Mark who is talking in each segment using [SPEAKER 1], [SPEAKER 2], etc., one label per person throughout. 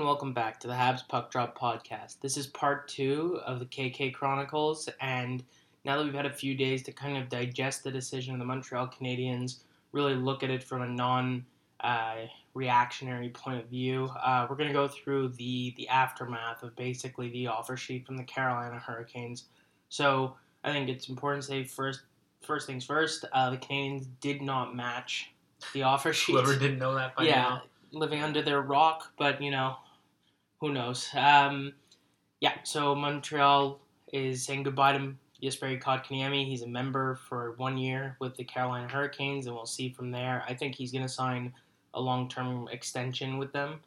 [SPEAKER 1] to the Habs Puck Drop podcast. This is part two of the KK Chronicles, and now that we've had a few days to kind of digest the decision of the Montreal Canadiens, really look at it from a non uh, reactionary point of view, uh, we're going to go through the, the aftermath of basically the offer sheet from the Carolina Hurricanes. So I think it's important to say first first things first, uh, the Canadians did not match the offer sheet.
[SPEAKER 2] Whoever didn't know that by
[SPEAKER 1] yeah,
[SPEAKER 2] now.
[SPEAKER 1] living under their rock, but you know, who knows? Um, yeah, so Montreal is saying goodbye to Jesperi Kotkaniemi. He's a member for one year with the Carolina Hurricanes, and we'll see from there. I think he's going to sign a long-term extension with them.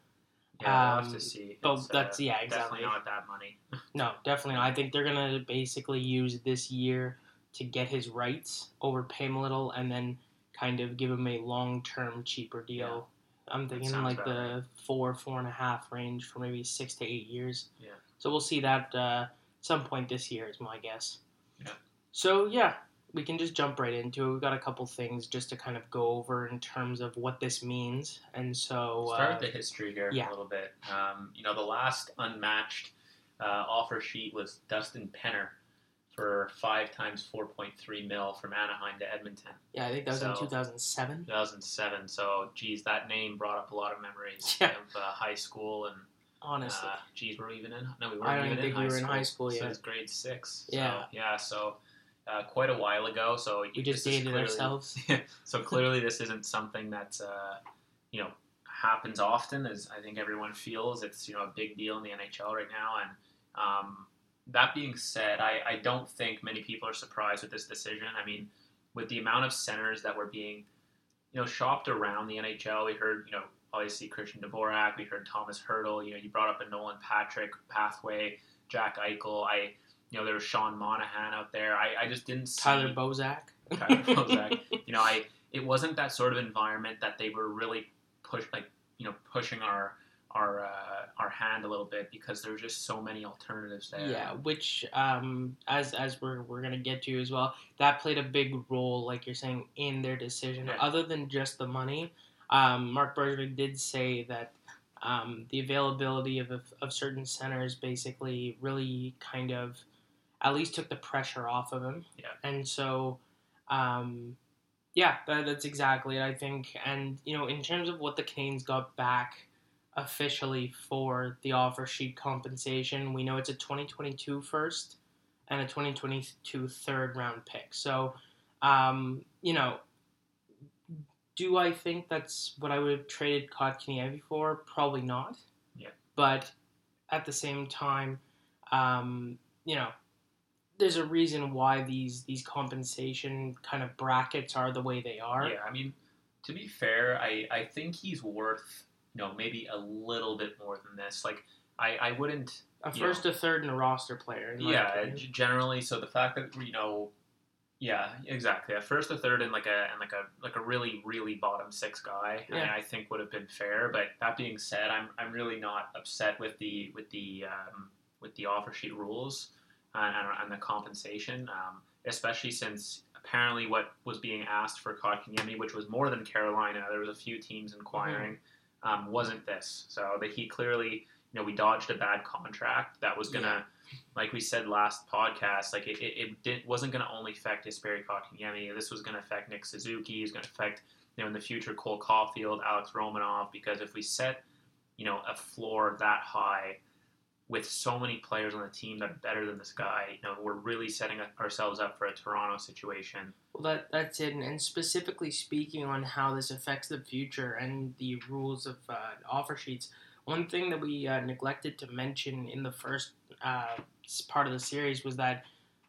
[SPEAKER 2] Yeah,
[SPEAKER 1] Um,
[SPEAKER 2] we'll have to see.
[SPEAKER 1] But
[SPEAKER 2] It's, uh,
[SPEAKER 1] that's yeah, exactly.
[SPEAKER 2] definitely not that money.
[SPEAKER 1] No, definitely not. I think they're gonna basically use this year to get his rights, overpay him a little, and then kind of give him a long term cheaper deal. I'm thinking
[SPEAKER 2] sounds
[SPEAKER 1] like
[SPEAKER 2] about
[SPEAKER 1] the four, four and a half range for maybe six to eight years.
[SPEAKER 2] Yeah.
[SPEAKER 1] So we'll see that uh, some point this year is my guess.
[SPEAKER 2] Yeah.
[SPEAKER 1] So yeah, we can just jump right into it. We've got a couple things just to kind of go over in terms of what this means, and so
[SPEAKER 2] Start
[SPEAKER 1] uh,
[SPEAKER 2] with the history here
[SPEAKER 1] yeah.
[SPEAKER 2] a little bit. Um, you know, the last unmatched uh, offer sheet was Dustin Penner for five times 4.3 mil from Anaheim to Edmonton,
[SPEAKER 1] yeah, I think that was in
[SPEAKER 2] So-
[SPEAKER 1] 2007.
[SPEAKER 2] 2007. So, geez, that name brought up a lot of memories
[SPEAKER 1] Yeah.
[SPEAKER 2] of uh, high school and.
[SPEAKER 1] Honestly,
[SPEAKER 2] Uh, geez, were we even in? No, we weren't
[SPEAKER 1] I don't even
[SPEAKER 2] even
[SPEAKER 1] think we
[SPEAKER 2] in high
[SPEAKER 1] were
[SPEAKER 2] school.
[SPEAKER 1] in high school
[SPEAKER 2] So
[SPEAKER 1] yet.
[SPEAKER 2] it's grade six. So,
[SPEAKER 1] Yeah.
[SPEAKER 2] yeah. So uh, quite a while ago. So
[SPEAKER 1] we just
[SPEAKER 2] this is
[SPEAKER 1] dated
[SPEAKER 2] clearly-
[SPEAKER 1] ourselves.
[SPEAKER 2] so clearly, this isn't something that uh, you know happens often, as I think everyone feels. It's you know a big deal in the NHL right now. And um, that being said, I, I don't think many people are surprised with this decision. I mean, with the amount of centers that were being you know shopped around the NHL, we heard you know obviously Christian Dvorak, we heard Thomas Hurdle. You know, you brought up a Nolan Patrick pathway, Jack Eichel. I. You know, there was Sean Monahan out there. I, I just didn't see
[SPEAKER 1] Tyler Bozak.
[SPEAKER 2] Tyler Bozak. you know, I it wasn't that sort of environment that they were really push like you know pushing our our uh, our hand a little bit because there were just so many alternatives there.
[SPEAKER 1] Yeah, which um, as as we're we're gonna get to as well, that played a big role, like you're saying, in their decision.
[SPEAKER 2] Yeah.
[SPEAKER 1] Other than just the money, um, Mark Bergevin did say that um, the availability of, of of certain centers basically really kind of at least took the pressure off of him.
[SPEAKER 2] Yeah.
[SPEAKER 1] And so, um, yeah, that, that's exactly it. I think, and you know, in terms of what the Canes got back officially for the offer sheet compensation. We know it's a 2022 first and a 2022 third round pick. So, um, you know, do I think that's what I would have traded Kotkaniemi for? Probably not.
[SPEAKER 2] Yeah.
[SPEAKER 1] But at the same time, um, you know, there's a reason why these these compensation kind of brackets are the way they are.
[SPEAKER 2] Yeah, I mean, to be fair, I, I think he's worth you know maybe a little bit more than this. Like I, I wouldn't
[SPEAKER 1] A
[SPEAKER 2] Yeah.
[SPEAKER 1] first, a third, and a roster player. in my
[SPEAKER 2] yeah
[SPEAKER 1] opinion.
[SPEAKER 2] g- generally so the fact that you know yeah exactly a first a third and like a and like a like a really really bottom six guy I, mean,
[SPEAKER 1] Yeah.
[SPEAKER 2] I think would have been fair but that being said I'm I'm really not upset with the with the um, with the offer sheet rules and, and, and the compensation um, especially since apparently what was being asked for Kotkaniemi which was more than Carolina there was a few teams inquiring um, wasn't this so that he clearly you know we dodged a bad contract that was gonna like we said last podcast, like it, it, it didn't, wasn't going to only affect Jesperi Kotkaniemi. This was going to affect Nick Suzuki. It's going to affect, you know, in the future, Cole Caulfield, Alex Romanov, because if we set, you know, a floor that high with so many players on the team that are better than this guy, you know, we're really setting ourselves up for a Toronto situation.
[SPEAKER 1] Well, that that's it, and, and specifically speaking on how this affects the future and the rules of uh, offer sheets. One thing that we uh, neglected to mention in the first uh, s- part of the series was that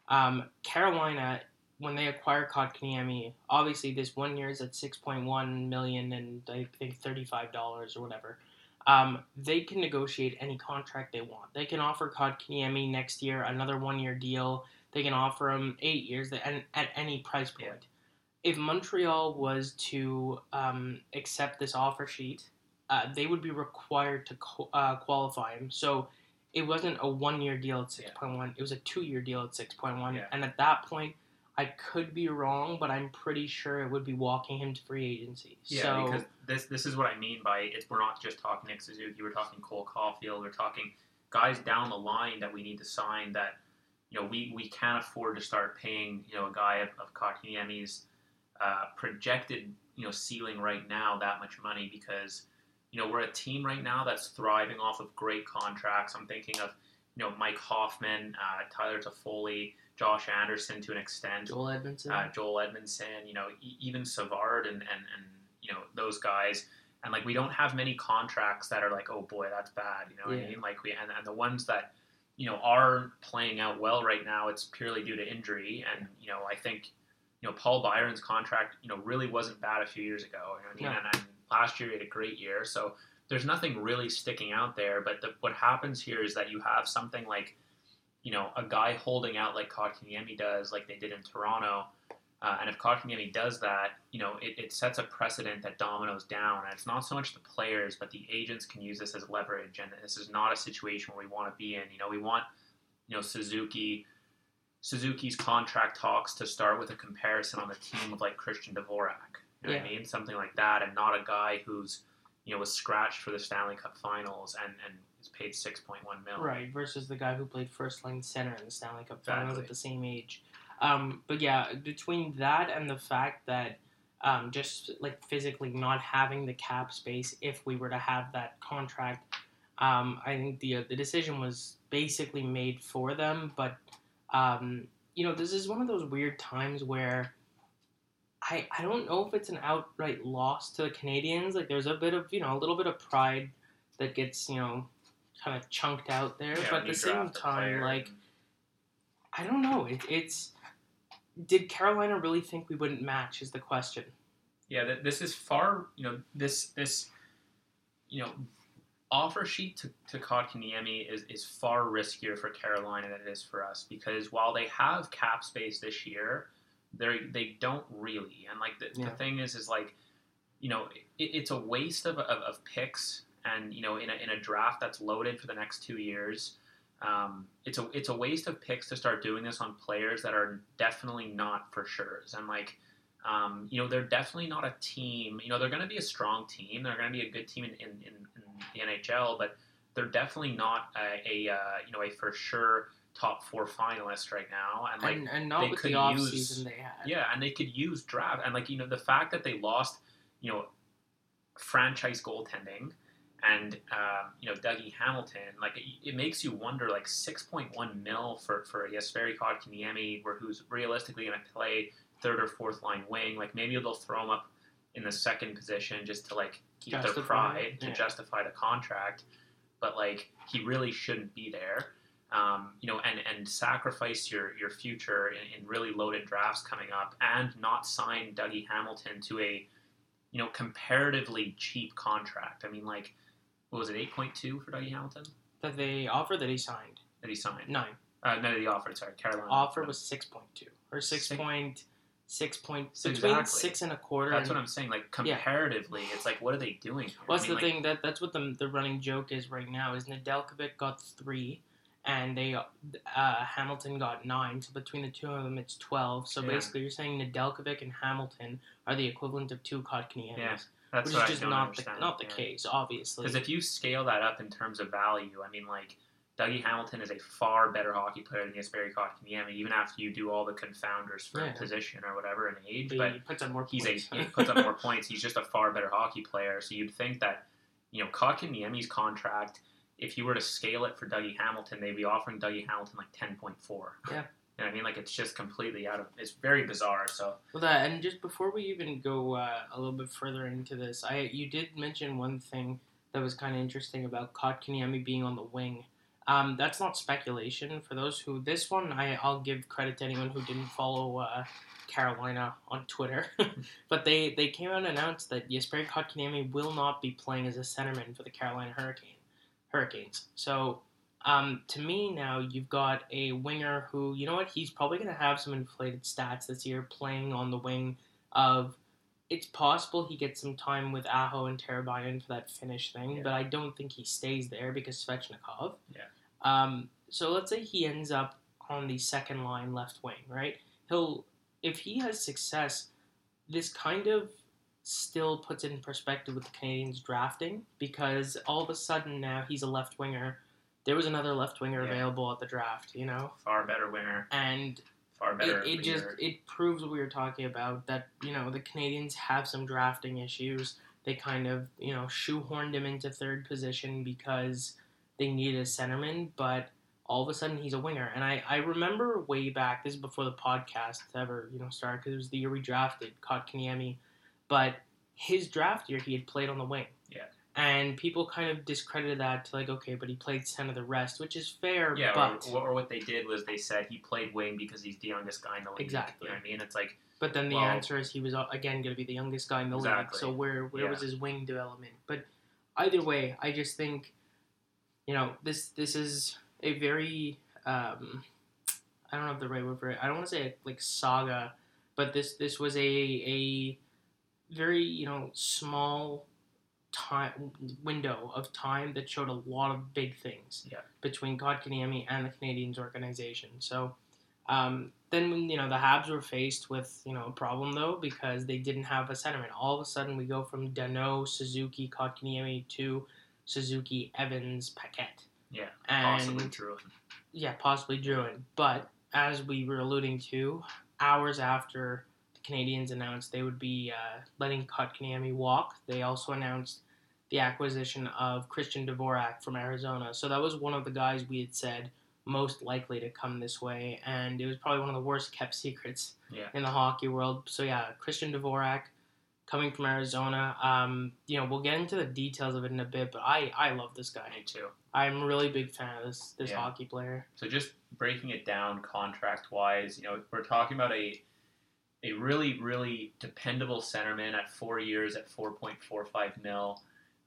[SPEAKER 1] um, Carolina, when they acquire Kotkaniemi, obviously this one year is at six point one million and I think thirty five dollars or whatever. Um, they can negotiate any contract they want. They can offer Kotkaniemi next year another one year deal. They can offer him eight years and at any price point.
[SPEAKER 2] Yeah.
[SPEAKER 1] If Montreal was to um, accept this offer sheet, uh, they would be required to qu- uh, qualify him. So it wasn't a one year deal at
[SPEAKER 2] Yeah.
[SPEAKER 1] 6.1, it was a two year deal at 6.1.
[SPEAKER 2] Yeah.
[SPEAKER 1] And at that point, I could be wrong, but I'm pretty sure it would be walking him to free agency.
[SPEAKER 2] Yeah,
[SPEAKER 1] so,
[SPEAKER 2] because this this is what I mean by it's we're not just talking Nick Suzuki, we're talking Cole Caulfield, we're talking guys down the line that we need to sign that you know we, we can't afford to start paying you know a guy of, of Kotkaniemi's uh, projected you know ceiling right now that much money because you know we're a team right now that's thriving off of great contracts. I'm thinking of you know Mike Hoffman, uh, Tyler Toffoli, Josh Anderson to an extent
[SPEAKER 1] Joel Edmondson.
[SPEAKER 2] uh, Joel Edmondson, you know, e- even Savard and, and, and, you know, those guys. And like, we don't have many contracts that are like, oh boy, that's bad. You know what
[SPEAKER 1] Yeah.
[SPEAKER 2] I mean? Like we, and, and the ones that, you know, are playing out well right now, it's purely due to injury. And, you know, I think, you know, Paul Byron's contract, you know, really wasn't bad a few years ago. You know what I mean? And, and last year he had a great year. So there's nothing really sticking out there. But the, what happens here is that you have something like, you know, a guy holding out like Kotkaniemi does, like they did in Toronto. Uh, and if Kotkaniemi does that, you know, it, it sets a precedent that dominoes down. And it's not so much the players, but the agents can use this as leverage. And this is not a situation where we want to be in. You know, we want, you know, Suzuki, Suzuki's contract talks to start with a comparison on the team with like Christian Dvorak. You know what I mean? Something like that, and not a guy who's, you know, was scratched for the Stanley Cup Finals and and is paid six point one mil.
[SPEAKER 1] Right, versus the guy who played first line center in the Stanley Cup Finals
[SPEAKER 2] Exactly.
[SPEAKER 1] at the same age. Um, but yeah, between that and the fact that um, just like physically not having the cap space if we were to have that contract, um, I think the the decision was basically made for them. But um, you know, this is one of those weird times where. I, I don't know if it's an outright loss to the Canadians. Like there's a bit of you know a little bit of pride that gets you know kind of chunked out there.
[SPEAKER 2] Yeah,
[SPEAKER 1] but
[SPEAKER 2] when
[SPEAKER 1] at
[SPEAKER 2] you
[SPEAKER 1] the same
[SPEAKER 2] draft a
[SPEAKER 1] time,
[SPEAKER 2] player
[SPEAKER 1] like
[SPEAKER 2] and-
[SPEAKER 1] I don't know. It, it's did Carolina really think we wouldn't match? Is the question.
[SPEAKER 2] yeah, th- this is far, you know, this this, you know, offer sheet to, to Kotkaniemi is is far riskier for Carolina than it is for us because while they have cap space this year, they they don't really. And like the,
[SPEAKER 1] Yeah.
[SPEAKER 2] the thing is, is like, you know, it, it's a waste of, of of picks, and you know, in a in a draft that's loaded for the next two years. Um, it's a it's a waste of picks to start doing this on players that are definitely not for sure's and like um, you know, they're definitely not a team. You know, they're going to be a strong team. They're going to be a good team in, in, in, in the NHL, but they're definitely not a, a uh, you know a for sure top four finalist right now. And like,
[SPEAKER 1] And, and not
[SPEAKER 2] they
[SPEAKER 1] with
[SPEAKER 2] could
[SPEAKER 1] the off
[SPEAKER 2] use-
[SPEAKER 1] season they had.
[SPEAKER 2] yeah, and they could use draft and like you know the fact that they lost, you know, franchise goaltending, and um, you know Dougie Hamilton, like it, it makes you wonder like six point one mil for for Jesperi Kotkaniemi, where who's realistically going to play third or fourth line wing, like maybe they'll throw him up in the second position just to like keep their
[SPEAKER 1] Justify,
[SPEAKER 2] pride to
[SPEAKER 1] yeah.
[SPEAKER 2] justify the contract, but like he really shouldn't be there um, you know, and and sacrifice your your future in, in really loaded drafts coming up, and not sign Dougie Hamilton to a you know comparatively cheap contract. I mean, like what was it, eight point two for Dougie Hamilton
[SPEAKER 1] That they offer that he signed
[SPEAKER 2] that he signed?
[SPEAKER 1] nine.
[SPEAKER 2] Uh, no, the offer. Sorry, Carolina
[SPEAKER 1] Offer was six point two or six
[SPEAKER 2] Six-
[SPEAKER 1] point six point
[SPEAKER 2] Exactly.
[SPEAKER 1] between six and a quarter.
[SPEAKER 2] That's
[SPEAKER 1] and
[SPEAKER 2] what I'm saying. Like comparatively, it's like what are they doing? here?
[SPEAKER 1] Well, that's
[SPEAKER 2] I mean,
[SPEAKER 1] the
[SPEAKER 2] like,
[SPEAKER 1] thing that that's what the the running joke is right now is Nedeljkovic got three, and they uh, Hamilton got nine. So between the two of them, it's twelve. So
[SPEAKER 2] Yeah.
[SPEAKER 1] basically, you're saying Nedeljkovic and Hamilton are the equivalent of two Kotkaniemi,
[SPEAKER 2] Yeah, That's
[SPEAKER 1] which is
[SPEAKER 2] what I
[SPEAKER 1] just
[SPEAKER 2] don't
[SPEAKER 1] not the,
[SPEAKER 2] understand.
[SPEAKER 1] not the
[SPEAKER 2] Yeah.
[SPEAKER 1] case, obviously.
[SPEAKER 2] Because if you scale that up in terms of value, I mean, like Dougie Hamilton is a far better hockey player than Jesperi Kotkaniemi, even after you do all the confounders for
[SPEAKER 1] Yeah.
[SPEAKER 2] position or whatever and age.
[SPEAKER 1] But
[SPEAKER 2] But
[SPEAKER 1] he puts on more
[SPEAKER 2] he's a
[SPEAKER 1] points.
[SPEAKER 2] he puts up more points. He's just a far better hockey player. So you'd think that you know Kotkaniemi's contract, if you were to scale it for Dougie Hamilton, they'd be offering Dougie Hamilton like ten point four.
[SPEAKER 1] Yeah.
[SPEAKER 2] You know what I mean? Like it's just completely out of it's very bizarre. So
[SPEAKER 1] Well, that and just before we even go uh, a little bit further into this, I you did mention one thing that was kind of interesting about Kotkaniemi being on the wing. Um, that's not speculation. For those who this one, I I'll give credit to anyone who didn't follow uh, Carolina on Twitter, but they they came out and announced that Jesperi Kotkaniemi will not be playing as a centerman for the Carolina Hurricane Hurricanes. So. Um, to me now, you've got a winger who, you know what, he's probably going to have some inflated stats this year playing on the wing of. It's possible he gets some time with Aho and Terabayan for that finish thing,
[SPEAKER 2] Yeah.
[SPEAKER 1] but I don't think he stays there because Svechnikov.
[SPEAKER 2] Yeah.
[SPEAKER 1] Um, so let's say he ends up on the second line left wing, right? He'll if he has success, this kind of still puts it in perspective with the Canadians drafting because all of a sudden now he's a left winger. There was another left winger
[SPEAKER 2] Yeah.
[SPEAKER 1] available at the draft, you know,
[SPEAKER 2] Far better winger.
[SPEAKER 1] and
[SPEAKER 2] Far better.
[SPEAKER 1] it, it just
[SPEAKER 2] leader.
[SPEAKER 1] it proves what we were talking about that you know the Canadians have some drafting issues. They kind of you know shoehorned him into third position because they needed a centerman, but all of a sudden he's a winger. And I I remember way back this is before the podcast ever you know started because it was the year we drafted Kotkaniemi, but his draft year he had played on the wing.
[SPEAKER 2] Yeah.
[SPEAKER 1] And people kind of discredited that to like, okay, but he played center the rest, which is fair.
[SPEAKER 2] Yeah,
[SPEAKER 1] but
[SPEAKER 2] or, or what they did was they said he played wing because he's the youngest guy in the league.
[SPEAKER 1] Exactly.
[SPEAKER 2] You know what I mean? It's like,
[SPEAKER 1] But then the
[SPEAKER 2] Well-
[SPEAKER 1] answer is he was uh, again going to be the youngest guy in the league.
[SPEAKER 2] Exactly.
[SPEAKER 1] So where where was
[SPEAKER 2] Yeah.
[SPEAKER 1] his wing development? But either way, I just think, you know, this this is a very um, I don't know if the right word for it. I don't want to say like saga, but this this was a a very you know small time window of time that showed a lot of big things
[SPEAKER 2] Yeah.
[SPEAKER 1] between Kotkaniemi and the Canadians organization. So um, then when you know the Habs were faced with you know a problem though because they didn't have a centerman. All of a sudden we go from Dano, Suzuki, Kotkaniemi to Suzuki, Evans, Paquette,
[SPEAKER 2] yeah,
[SPEAKER 1] and
[SPEAKER 2] possibly true.
[SPEAKER 1] yeah, possibly Druin. But as we were alluding to, hours after the Canadians announced they would be uh, letting Kotkaniemi walk, they also announced the acquisition of Christian Dvorak from Arizona. So that was one of the guys we had said most likely to come this way, and it was probably one of the worst kept secrets
[SPEAKER 2] Yeah.
[SPEAKER 1] in the hockey world. So yeah, Christian Dvorak coming from Arizona. Um, you know, we'll get into the details of it in a bit, but I I love this guy.
[SPEAKER 2] Me too.
[SPEAKER 1] I'm a really big fan of this this
[SPEAKER 2] Yeah.
[SPEAKER 1] hockey player.
[SPEAKER 2] So just breaking it down contract wise, you know, we're talking about a a really really dependable centerman at four years at four point four five mil.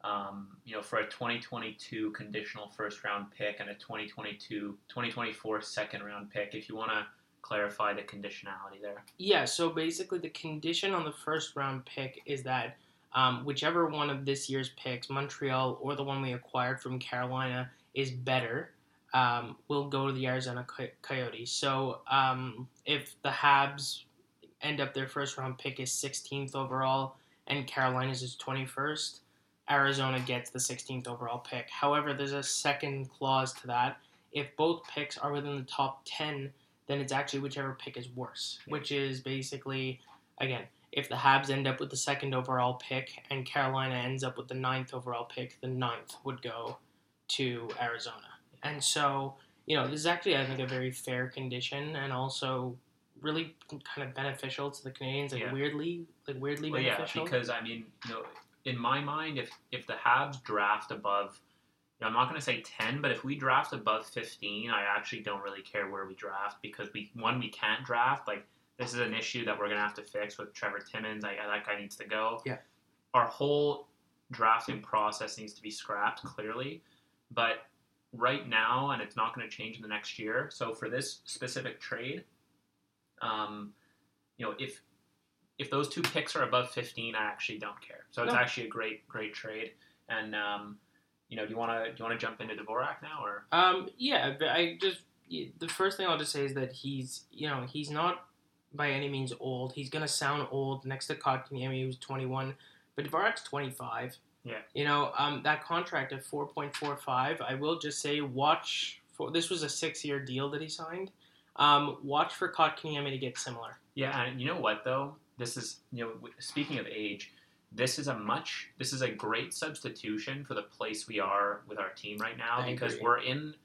[SPEAKER 2] Um, you know, for a 2022 conditional first round pick and a 2022 2024 second round pick. If you want to clarify the conditionality there,
[SPEAKER 1] Yeah, so basically the condition on the first round pick is that um, whichever one of this year's picks, Montreal or the one we acquired from Carolina, is better, um, will go to the Arizona Coy- Coyotes. So um, if the Habs end up their first round pick is 16th overall and Carolina's is 21st, Arizona gets the 16th overall pick. However, there's a second clause to that. If both picks are within the top 10, then it's actually whichever pick is worse,
[SPEAKER 2] Yeah.
[SPEAKER 1] which is basically, again, if the Habs end up with the second overall pick and Carolina ends up with the ninth overall pick, the ninth would go to Arizona. And so, you know, this is actually, I think, a very fair condition and also really kind of beneficial to the Canadians, like
[SPEAKER 2] Yeah.
[SPEAKER 1] weirdly, like weirdly
[SPEAKER 2] well, yeah,
[SPEAKER 1] beneficial.
[SPEAKER 2] because I mean, you know, in my mind, if if the Habs draft above, you know, I'm not going to say 10, but if we draft above 15, I actually don't really care where we draft because we one we can't draft. Like this is an issue that we're going to have to fix with Trevor Timmins. I, I that guy needs to go.
[SPEAKER 1] Yeah.
[SPEAKER 2] our whole drafting process needs to be scrapped clearly, but right now, and it's not going to change in the next year. So for this specific trade, um, you know, if if those two picks are above 15, I actually don't care. So it's
[SPEAKER 1] No.
[SPEAKER 2] actually a great great trade. And um, you know, do you want to do you want to jump into Dvorak now or
[SPEAKER 1] Um, yeah, but I just the first thing I'll just say is that he's you know he's not by any means old. He's gonna sound old next to Kotkaniemi, who's 21, but Dvorak's 25.
[SPEAKER 2] Yeah.
[SPEAKER 1] You know, um, that contract at 4.45. I will just say, watch for this was a six-year deal that he signed. Um, watch for Kotkaniemi to get similar.
[SPEAKER 2] yeah? And you know what though, this is you know, w- speaking of age, this is a much this is a great substitution for the place we are with our team right now
[SPEAKER 1] I
[SPEAKER 2] because
[SPEAKER 1] agree.
[SPEAKER 2] we're in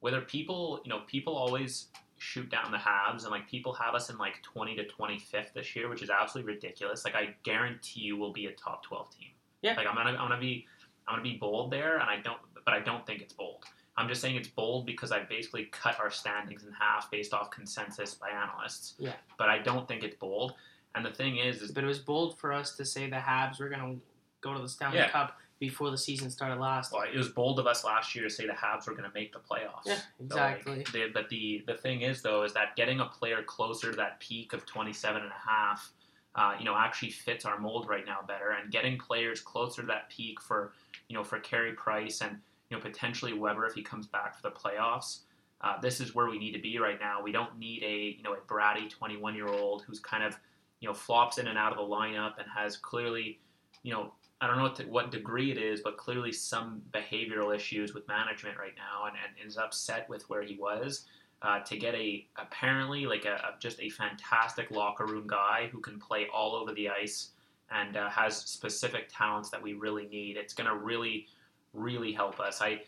[SPEAKER 2] whether people you know people always shoot down the halves and like people have us in like 20 to 25th this year which is absolutely ridiculous like i guarantee you we'll be a top 12 team
[SPEAKER 1] Yeah.
[SPEAKER 2] like i'm gonna i'm gonna be i'm gonna be bold there and i don't but i don't think it's bold i'm just saying it's bold because i basically cut our standings in half based off consensus by analysts
[SPEAKER 1] Yeah.
[SPEAKER 2] but i don't think it's bold and the thing is is
[SPEAKER 1] But it was bold for us to say the Habs were gonna go to the Stanley
[SPEAKER 2] Yeah.
[SPEAKER 1] Cup before the season started last.
[SPEAKER 2] well, it was bold of us last year to say the Habs were going to make the playoffs.
[SPEAKER 1] Yeah,
[SPEAKER 2] So, like,
[SPEAKER 1] exactly.
[SPEAKER 2] the- but the, the thing is, though, is that getting a player closer to that peak of 27 and a half, uh, you know, actually fits our mold right now better. And getting players closer to that peak for, you know, for Carey Price and, you know, potentially Weber if he comes back for the playoffs, uh, this is where we need to be right now. We don't need a you know a bratty 21 year old who's kind of you know flops in and out of the lineup and has clearly you know I don't know what, to, what degree it is, but clearly some behavioral issues with management right now, and, and is upset with where he was. Uh, to get a apparently like a, a- just a fantastic locker room guy who can play all over the ice and uh, has specific talents that we really need. It's gonna really, really help us. I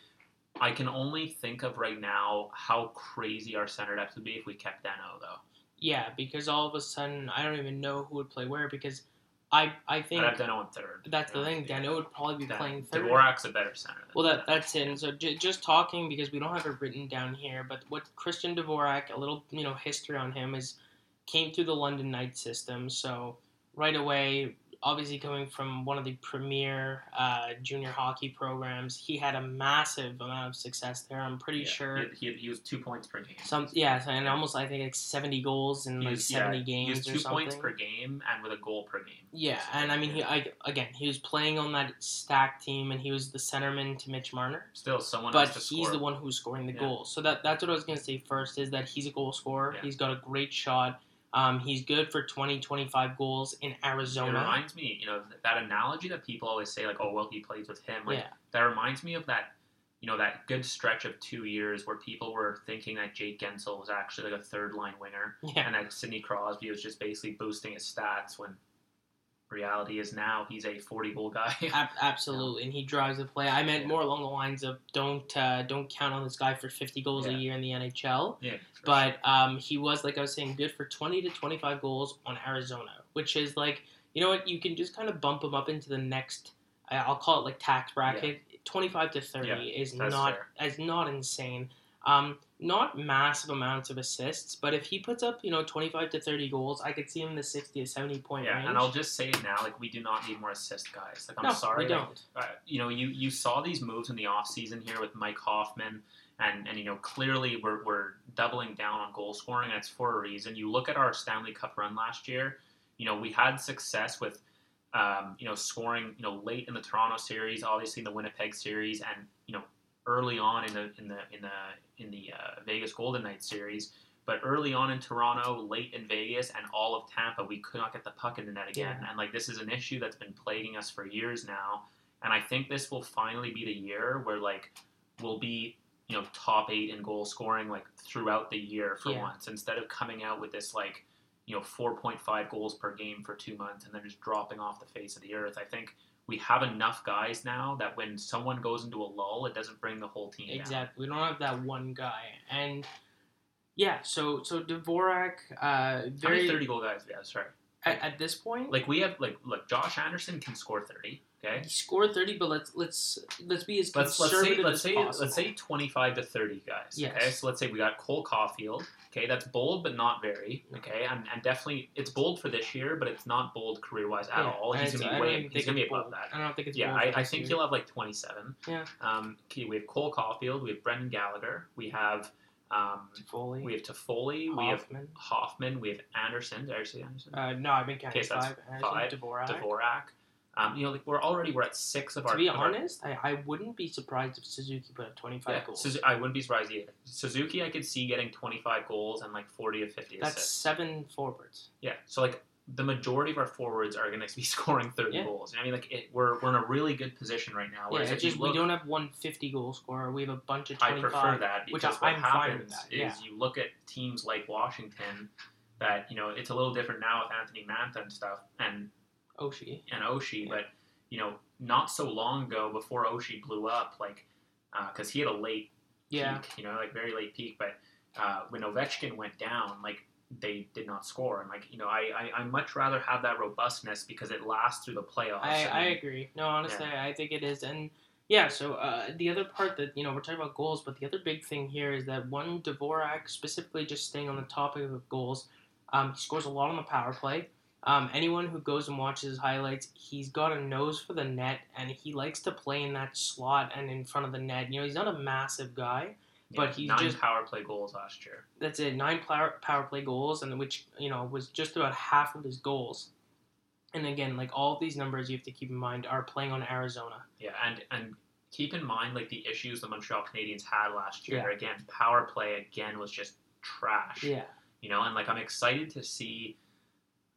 [SPEAKER 2] I can only think of right now how crazy our center depth would be if we kept Dano though.
[SPEAKER 1] Yeah, because all of a sudden I don't even know who would play where because I I think
[SPEAKER 2] I'd have Dano in third.
[SPEAKER 1] that's the thing.
[SPEAKER 2] Yeah.
[SPEAKER 1] Dano would probably be playing third.
[SPEAKER 2] Dvorak's a better center. Than
[SPEAKER 1] Well, that that's it. And so j- just talking because we don't have it written down here, but what Christian Dvorak, a little you know history on him is came through the London Night system. So right away, obviously coming from one of the premier uh, junior hockey programs, he had a massive amount of success there. I'm pretty
[SPEAKER 2] Yeah.
[SPEAKER 1] sure.
[SPEAKER 2] he, he, he was two points per game.
[SPEAKER 1] Some yeah, and almost I think like seventy goals in
[SPEAKER 2] He
[SPEAKER 1] like
[SPEAKER 2] was- yeah,
[SPEAKER 1] seventy
[SPEAKER 2] he
[SPEAKER 1] games
[SPEAKER 2] was two
[SPEAKER 1] or something.
[SPEAKER 2] points per game and with a goal per game.
[SPEAKER 1] Yeah, and I mean, he I, again, he was playing on that stack team, and he was the centerman to Mitch Marner.
[SPEAKER 2] Still, someone
[SPEAKER 1] But
[SPEAKER 2] has to
[SPEAKER 1] he's
[SPEAKER 2] score.
[SPEAKER 1] the one who's scoring the
[SPEAKER 2] Yeah.
[SPEAKER 1] goals. So that that's what I was gonna say first is that he's a goal scorer.
[SPEAKER 2] Yeah.
[SPEAKER 1] He's got a great shot. Um, he's good for 20, 25 goals in
[SPEAKER 2] It
[SPEAKER 1] Arizona.
[SPEAKER 2] reminds me, you know, th- that analogy that people always say, like, "Oh, well, he plays with him." Like,
[SPEAKER 1] Yeah.
[SPEAKER 2] that reminds me of that, you know, that good stretch of two years where people were thinking that Jake Gensel was actually like a third line winger,
[SPEAKER 1] Yeah,
[SPEAKER 2] and that Sidney Crosby was just basically boosting his stats. When reality is now he's a forty goal guy.
[SPEAKER 1] ab- absolutely. And he drives the play. I meant
[SPEAKER 2] Yeah.
[SPEAKER 1] more along the lines of don't uh, don't count on this guy for fifty goals a
[SPEAKER 2] Yeah.
[SPEAKER 1] year in the NHL.
[SPEAKER 2] yeah, for
[SPEAKER 1] But um, he was, like I was saying, good for 20 to 25 goals on Arizona, which is like, you know what? You can just kind of bump him up into the next, I- I'll call it like tax bracket. 25 to 30
[SPEAKER 2] Yeah,
[SPEAKER 1] is
[SPEAKER 2] that's
[SPEAKER 1] not
[SPEAKER 2] fair.
[SPEAKER 1] is not insane. Um, not massive amounts of assists, but if he puts up, you know, 25 to 30 goals, I could see him in the 60 to 70 point
[SPEAKER 2] Yeah,
[SPEAKER 1] range.
[SPEAKER 2] and I'll just say it now, like we do not need more assist guys. Like I'm
[SPEAKER 1] no,
[SPEAKER 2] sorry,
[SPEAKER 1] we
[SPEAKER 2] like,
[SPEAKER 1] don't.
[SPEAKER 2] uh, you know, you, you saw these moves in the offseason here with Mike Hoffman, and, and you know, clearly we're, we're doubling down on goal scoring, and it's for a reason. You look at our Stanley Cup run last year, you know, we had success with, um, you know, scoring, you know, late in the Toronto series, obviously in the Winnipeg series, and, you know, early on in the, in the, in the, in the uh, Vegas Golden Knights series. But early on in Toronto, late in Vegas, and all of Tampa, we could not get the puck in the net again. And like this is an issue that's been plaguing us for years now. And I think this will finally be the year where like we'll be, you know, top eight in goal scoring like throughout the year for
[SPEAKER 1] Yeah.
[SPEAKER 2] once, instead of coming out with this like, you know, four point five goals per game for two months and then just dropping off the face of the earth. I think we have enough guys now that when someone goes into a lull, it doesn't bring the whole team down.
[SPEAKER 1] Exactly. We don't have that one guy. And yeah, so so Dvorak, uh,
[SPEAKER 2] How many
[SPEAKER 1] very
[SPEAKER 2] thirty goal guys? Yeah, sorry.
[SPEAKER 1] at, at this point,
[SPEAKER 2] Like we have like look, Josh Anderson can score thirty. Okay.
[SPEAKER 1] He scored thirty, but let's let's let's be as
[SPEAKER 2] let's let's say
[SPEAKER 1] conservative
[SPEAKER 2] let's say
[SPEAKER 1] as possible.
[SPEAKER 2] let's say 25 to 30 guys
[SPEAKER 1] Yes.
[SPEAKER 2] okay so let's say we got cole caulfield okay that's bold but not very
[SPEAKER 1] No.
[SPEAKER 2] okay and, and definitely it's bold for this year but it's not bold career-wise at
[SPEAKER 1] Yeah,
[SPEAKER 2] all
[SPEAKER 1] and
[SPEAKER 2] he's
[SPEAKER 1] it's-
[SPEAKER 2] gonna
[SPEAKER 1] I
[SPEAKER 2] be
[SPEAKER 1] don't
[SPEAKER 2] way
[SPEAKER 1] even
[SPEAKER 2] he's
[SPEAKER 1] think
[SPEAKER 2] gonna be
[SPEAKER 1] it's
[SPEAKER 2] above
[SPEAKER 1] bold.
[SPEAKER 2] that
[SPEAKER 1] I don't think it's
[SPEAKER 2] yeah
[SPEAKER 1] bold for
[SPEAKER 2] I, I
[SPEAKER 1] this
[SPEAKER 2] think
[SPEAKER 1] year.
[SPEAKER 2] he'll have like 27
[SPEAKER 1] Yeah.
[SPEAKER 2] um okay we have cole caulfield we have brendan gallagher we have um
[SPEAKER 1] Foley,
[SPEAKER 2] we have Toffoli, we have
[SPEAKER 1] Hoffman.
[SPEAKER 2] hoffman we have anderson did i say anderson
[SPEAKER 1] Uh, no, I've been counting
[SPEAKER 2] Okay, so that's
[SPEAKER 1] five. Anderson,
[SPEAKER 2] five,
[SPEAKER 1] Dvorak.
[SPEAKER 2] Dvorak. um you know like we're already we're at six of our
[SPEAKER 1] To be
[SPEAKER 2] of our-
[SPEAKER 1] honest, I, I wouldn't be surprised if Suzuki put up twenty five
[SPEAKER 2] Yeah,
[SPEAKER 1] goals.
[SPEAKER 2] Suzu- I wouldn't be surprised either. Suzuki, I could see getting 25 goals and like 40 or 50
[SPEAKER 1] That's
[SPEAKER 2] assists.
[SPEAKER 1] seven forwards.
[SPEAKER 2] Yeah, so like the majority of our forwards are going to be scoring 30
[SPEAKER 1] Yeah.
[SPEAKER 2] goals. I mean, like it, we're we're in a really good position right now.
[SPEAKER 1] Yeah,
[SPEAKER 2] Whereas
[SPEAKER 1] it's
[SPEAKER 2] if you
[SPEAKER 1] just we
[SPEAKER 2] look,
[SPEAKER 1] don't have one fifty goal scorer. We have a bunch of
[SPEAKER 2] I
[SPEAKER 1] twenty
[SPEAKER 2] prefer
[SPEAKER 1] five.
[SPEAKER 2] that
[SPEAKER 1] which
[SPEAKER 2] because
[SPEAKER 1] I-
[SPEAKER 2] what
[SPEAKER 1] I'm fine with
[SPEAKER 2] happens
[SPEAKER 1] that, yeah.
[SPEAKER 2] is you look at teams like Washington. That you know, it's a little different now with Anthony Mantha and stuff, and
[SPEAKER 1] Oshie.
[SPEAKER 2] and Oshi,
[SPEAKER 1] Yeah.
[SPEAKER 2] but you know, not so long ago before Oshi blew up, like because he had a late
[SPEAKER 1] Yeah,
[SPEAKER 2] peak, you know, like very late peak. But uh, when Ovechkin went down, like they did not score. And like you know, I, I I much rather have that robustness because it lasts through the playoffs.
[SPEAKER 1] I, I
[SPEAKER 2] mean,
[SPEAKER 1] agree. No, honestly, I think it is. And yeah, so uh, the other part that, you know, we're talking about goals, but the other big thing here is that one, Dvorak, specifically just staying on the topic of goals, um, he scores a lot on the power play. Um, anyone who goes and watches his highlights, he's got a nose for the net, and he likes to play in that slot and in front of the net. You know, he's not a massive guy. but
[SPEAKER 2] yeah,
[SPEAKER 1] he's
[SPEAKER 2] nine
[SPEAKER 1] just-
[SPEAKER 2] power play goals last year.
[SPEAKER 1] That's it, nine power, power play goals, and which, you know, was just about half of his goals. And again, like all of these numbers you have to keep in mind are playing on Arizona.
[SPEAKER 2] Yeah, and and keep in mind like the issues the Montreal Canadiens had last year. Again, power play again was just trash.
[SPEAKER 1] Yeah.
[SPEAKER 2] You know, and like I'm excited to see,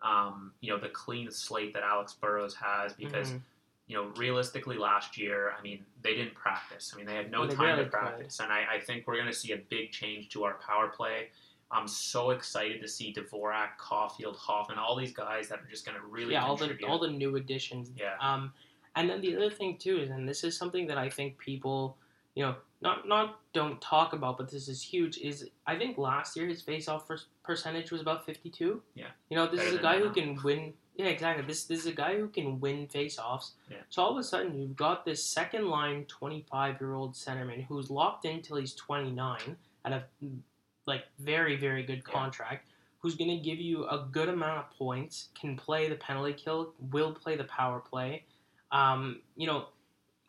[SPEAKER 2] um, you know, the clean slate that Alex Burrows has because
[SPEAKER 1] Mhm.
[SPEAKER 2] you know, realistically, last year, I mean, they didn't practice. I mean, they had no
[SPEAKER 1] Well, they
[SPEAKER 2] time
[SPEAKER 1] barely
[SPEAKER 2] to practice, and I, I think we're going to see a big change to our power play. I'm so excited to see Dvorak, Caulfield, Hoffman, all these guys that are just going to really
[SPEAKER 1] yeah, all the
[SPEAKER 2] contribute.
[SPEAKER 1] all the new additions.
[SPEAKER 2] yeah,
[SPEAKER 1] Um, and then the other thing too is, and this is something that I think people, you know, not not don't talk about, but this is huge. Is I think last year his face-off per- percentage was about fifty-two.
[SPEAKER 2] Yeah.
[SPEAKER 1] You know, this
[SPEAKER 2] Better
[SPEAKER 1] is a
[SPEAKER 2] than
[SPEAKER 1] guy who
[SPEAKER 2] now.
[SPEAKER 1] can win. Yeah, exactly. This this is a guy who can win face-offs.
[SPEAKER 2] Yeah.
[SPEAKER 1] So all of a sudden you've got this second line twenty-five-year-old centerman who's locked in till he's twenty-nine at a like very very good
[SPEAKER 2] Yeah.
[SPEAKER 1] contract who's going to give you a good amount of points, can play the penalty kill, will play the power play. Um, you know,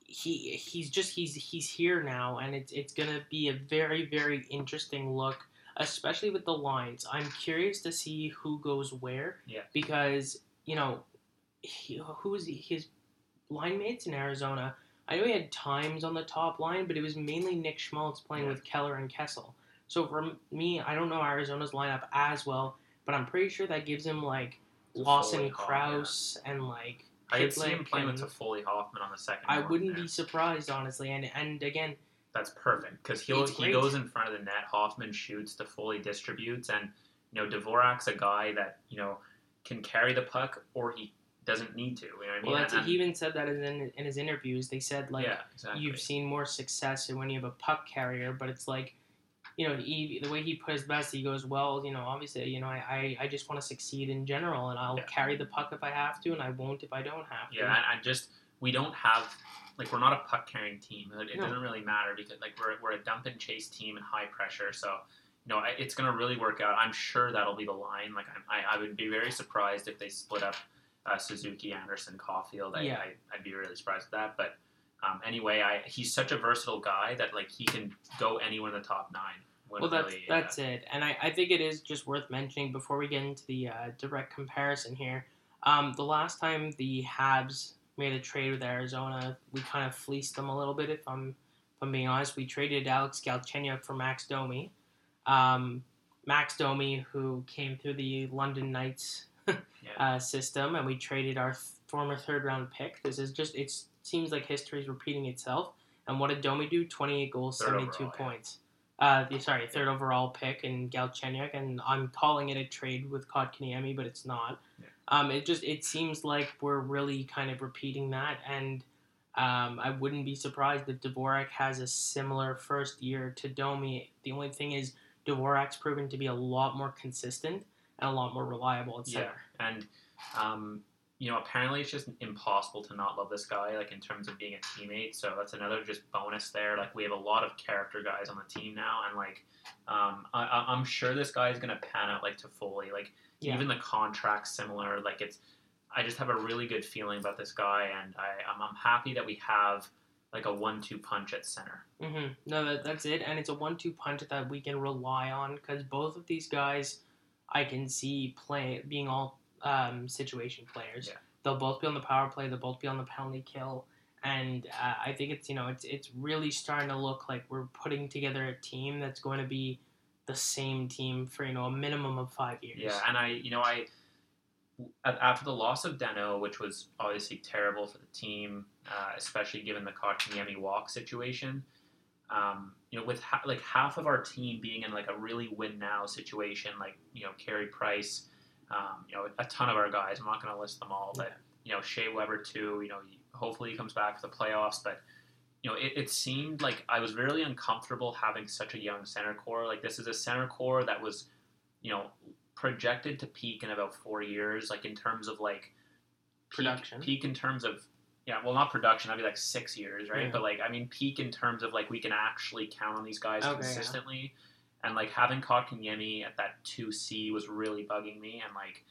[SPEAKER 1] he he's just he's he's here now, and it's it's going to be a very very interesting look, especially with the lines. I'm curious to see who goes where.
[SPEAKER 2] Yeah.
[SPEAKER 1] Because you know, he, who is he, his line mates in Arizona? I know he had times on the top line, but it was mainly Nick Schmaltz playing
[SPEAKER 2] Yeah.
[SPEAKER 1] with Keller and Kessel. So for m- me, I don't know Arizona's lineup as well, but I'm pretty sure that gives him like Lawson
[SPEAKER 2] Foley, Hall,
[SPEAKER 1] Kraus and like
[SPEAKER 2] I could see him
[SPEAKER 1] Pitlick
[SPEAKER 2] playing with
[SPEAKER 1] and-
[SPEAKER 2] Toffoli, Hoffman on the second.
[SPEAKER 1] I
[SPEAKER 2] line
[SPEAKER 1] wouldn't
[SPEAKER 2] there.
[SPEAKER 1] be surprised honestly. And and again,
[SPEAKER 2] That's perfect because he'll
[SPEAKER 1] It's
[SPEAKER 2] he
[SPEAKER 1] great.
[SPEAKER 2] goes in front of the net. Hoffman shoots, Toffoli distributes, and you know Dvorak's a guy that you know can carry the puck or he doesn't need to. You know what I mean?
[SPEAKER 1] well, that's,
[SPEAKER 2] And-
[SPEAKER 1] he even said that in in his interviews. They said like
[SPEAKER 2] yeah, exactly.
[SPEAKER 1] you've seen more success when you have a puck carrier, but it's like. You know, he, the way he put his best, he goes, Well, you know, obviously, you know, I, I, I just want to succeed in general, and I'll
[SPEAKER 2] Yeah.
[SPEAKER 1] carry the puck if I have to, and I won't if I don't have to.
[SPEAKER 2] Yeah, and I just we don't have like we're not a puck carrying team. It, it
[SPEAKER 1] No.
[SPEAKER 2] doesn't really matter because like we're we're a dump and chase team and high pressure. So you know I- it's gonna really work out. I'm sure that'll be the line. Like I I, I would be very surprised if they split up uh, Suzuki, Anderson, Caulfield. I,
[SPEAKER 1] Yeah.
[SPEAKER 2] I I'd be really surprised at that. But um, anyway, I he's such a versatile guy that like he can go anywhere in the top nine. When
[SPEAKER 1] Well, that's
[SPEAKER 2] really, uh,
[SPEAKER 1] that's it, and I, I think it is just worth mentioning before we get into the uh, direct comparison here. Um, the last time the Habs made a trade with Arizona, we kind of fleeced them a little bit. If I'm if I'm being honest, we traded Alex Galchenyuk for Max Domi. Um, Max Domi, who came through the London Knights
[SPEAKER 2] yeah.
[SPEAKER 1] uh, system, and we traded our th- former third round pick. This is just it seems like history is repeating itself. And what did Domi do? Twenty eight goals,
[SPEAKER 2] Third
[SPEAKER 1] seventy two
[SPEAKER 2] overall, yeah.
[SPEAKER 1] points. Uh, the- sorry, third overall pick and Galchenyuk, and I'm calling it a trade with Kotkaniemi, but it's not.
[SPEAKER 2] Yeah.
[SPEAKER 1] Um, it just it seems like we're really kind of repeating that, and um, I wouldn't be surprised if Dvorak has a similar first year to Domi. The only thing is Dvorak's proven to be a lot more consistent and a lot more reliable at
[SPEAKER 2] Yeah.
[SPEAKER 1] center.
[SPEAKER 2] and um, you know apparently it's just impossible to not love this guy like in terms of being a teammate so that's another just bonus there like we have a lot of character guys on the team now and like um, I- I, i'm sure this guy is going to pan out like to foley like
[SPEAKER 1] Yeah.
[SPEAKER 2] even the contract's similar like it's i just have a really good feeling about this guy and I, I'm, I'm happy that we have like a one-two punch at center
[SPEAKER 1] hmm No, that, that's it, and it's a one-two punch that we can rely on because both of these guys, I can see play being all um, situation players.
[SPEAKER 2] Yeah.
[SPEAKER 1] They'll both be on the power play. They'll both be on the penalty kill, and uh, I think it's you know it's it's really starting to look like we're putting together a team that's going to be the same team for you know a minimum of five years.
[SPEAKER 2] Yeah, and I, you know, I a- after the loss of Deno, which was obviously terrible for the team, uh, especially given the Kotkaniemi walk situation. Um, you know, with ha- like half of our team being in like a really win now situation, like you know, Carey Price, um, you know, a ton of our guys. I'm not going to list them all, but you know, Shea Weber too. You know, hopefully he comes back for the playoffs, but you know, it, it seemed like I was really uncomfortable having such a young center core. Like this is a center core that was, you know, projected to peak in about four years, like in terms of like peak-
[SPEAKER 1] Production.
[SPEAKER 2] Peak in terms of yeah, well not production, that'd be like six years, right?
[SPEAKER 1] Yeah.
[SPEAKER 2] But like I mean peak in terms of like we can actually count on these guys
[SPEAKER 1] Okay, yeah.
[SPEAKER 2] consistently. And like having Kotkaniemi at that two C was really bugging me and like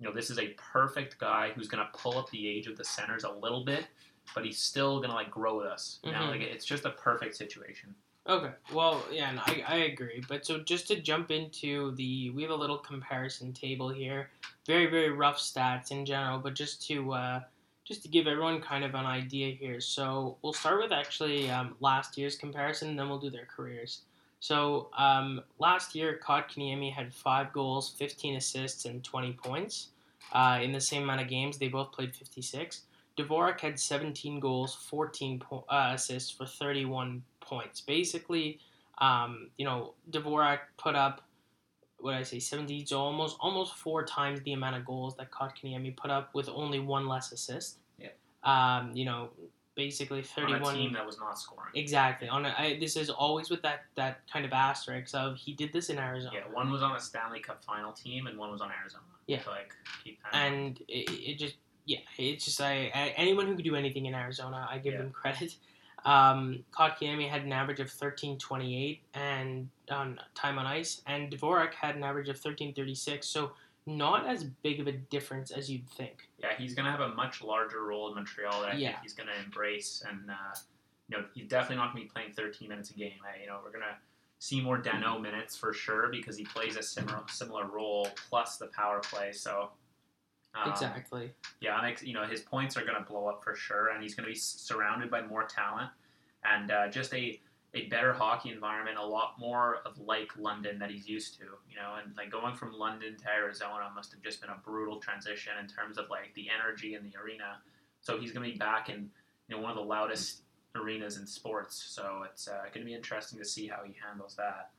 [SPEAKER 2] you know, this is a perfect guy who's going to pull up the age of the centers a little bit, but he's still going to like grow with us. You know,
[SPEAKER 1] Mhm.
[SPEAKER 2] like it's just a perfect situation.
[SPEAKER 1] Okay. Well, yeah, and I, I agree. But so just to jump into the, we have a little comparison table here. Very, very rough stats in general, but just to uh, just to give everyone kind of an idea here. So we'll start with actually um, last year's comparison, and then we'll do their careers. So um, last year, Kotkaniemi had five goals, 15 assists, and 20 points uh, in the same amount of games. They both played 56. Dvorak had 17 goals, 14 po- uh, assists for 31 points. Basically, um, you know, Dvorak put up what did I say, 70, so almost almost four times the amount of goals that Kotkaniemi put up with only one less assist.
[SPEAKER 2] Yeah.
[SPEAKER 1] Um, you know, basically
[SPEAKER 2] on
[SPEAKER 1] 31.
[SPEAKER 2] a team that was not scoring.
[SPEAKER 1] Exactly. On a, I, this is always with that that kind of asterisk of he did this in Arizona.
[SPEAKER 2] Yeah, one was on a Stanley Cup final team, and one was on Arizona.
[SPEAKER 1] Yeah.
[SPEAKER 2] So, like keep that. in
[SPEAKER 1] and it, it just yeah, it's just I, I anyone who could do anything in Arizona, I give
[SPEAKER 2] Yeah.
[SPEAKER 1] them credit. Um, Kotkaniemi had an average of thirteen twenty eight and on time on ice, and Dvorak had an average of thirteen thirty six. So not as big of a difference as you'd think.
[SPEAKER 2] yeah, he's going to have a much larger role in Montreal that I think
[SPEAKER 1] Yeah.
[SPEAKER 2] he's going to embrace. And, uh, you know, he's definitely not going to be playing 13 minutes a game. I, you know, we're going to see more
[SPEAKER 1] Mm-hmm.
[SPEAKER 2] Dano minutes for sure because he plays a similar, similar role plus the power play. So, um,
[SPEAKER 1] exactly.
[SPEAKER 2] yeah, I'm ex- you know, his points are going to blow up for sure. And he's going to be s- surrounded by more talent and uh, just a, a better hockey environment, a lot more of like London that he's used to, you know, and like going from London to Arizona must have just been a brutal transition in terms of like the energy in the arena. So he's going to be back in you know one of the loudest arenas in sports. So it's uh, going to be interesting to see how he handles that.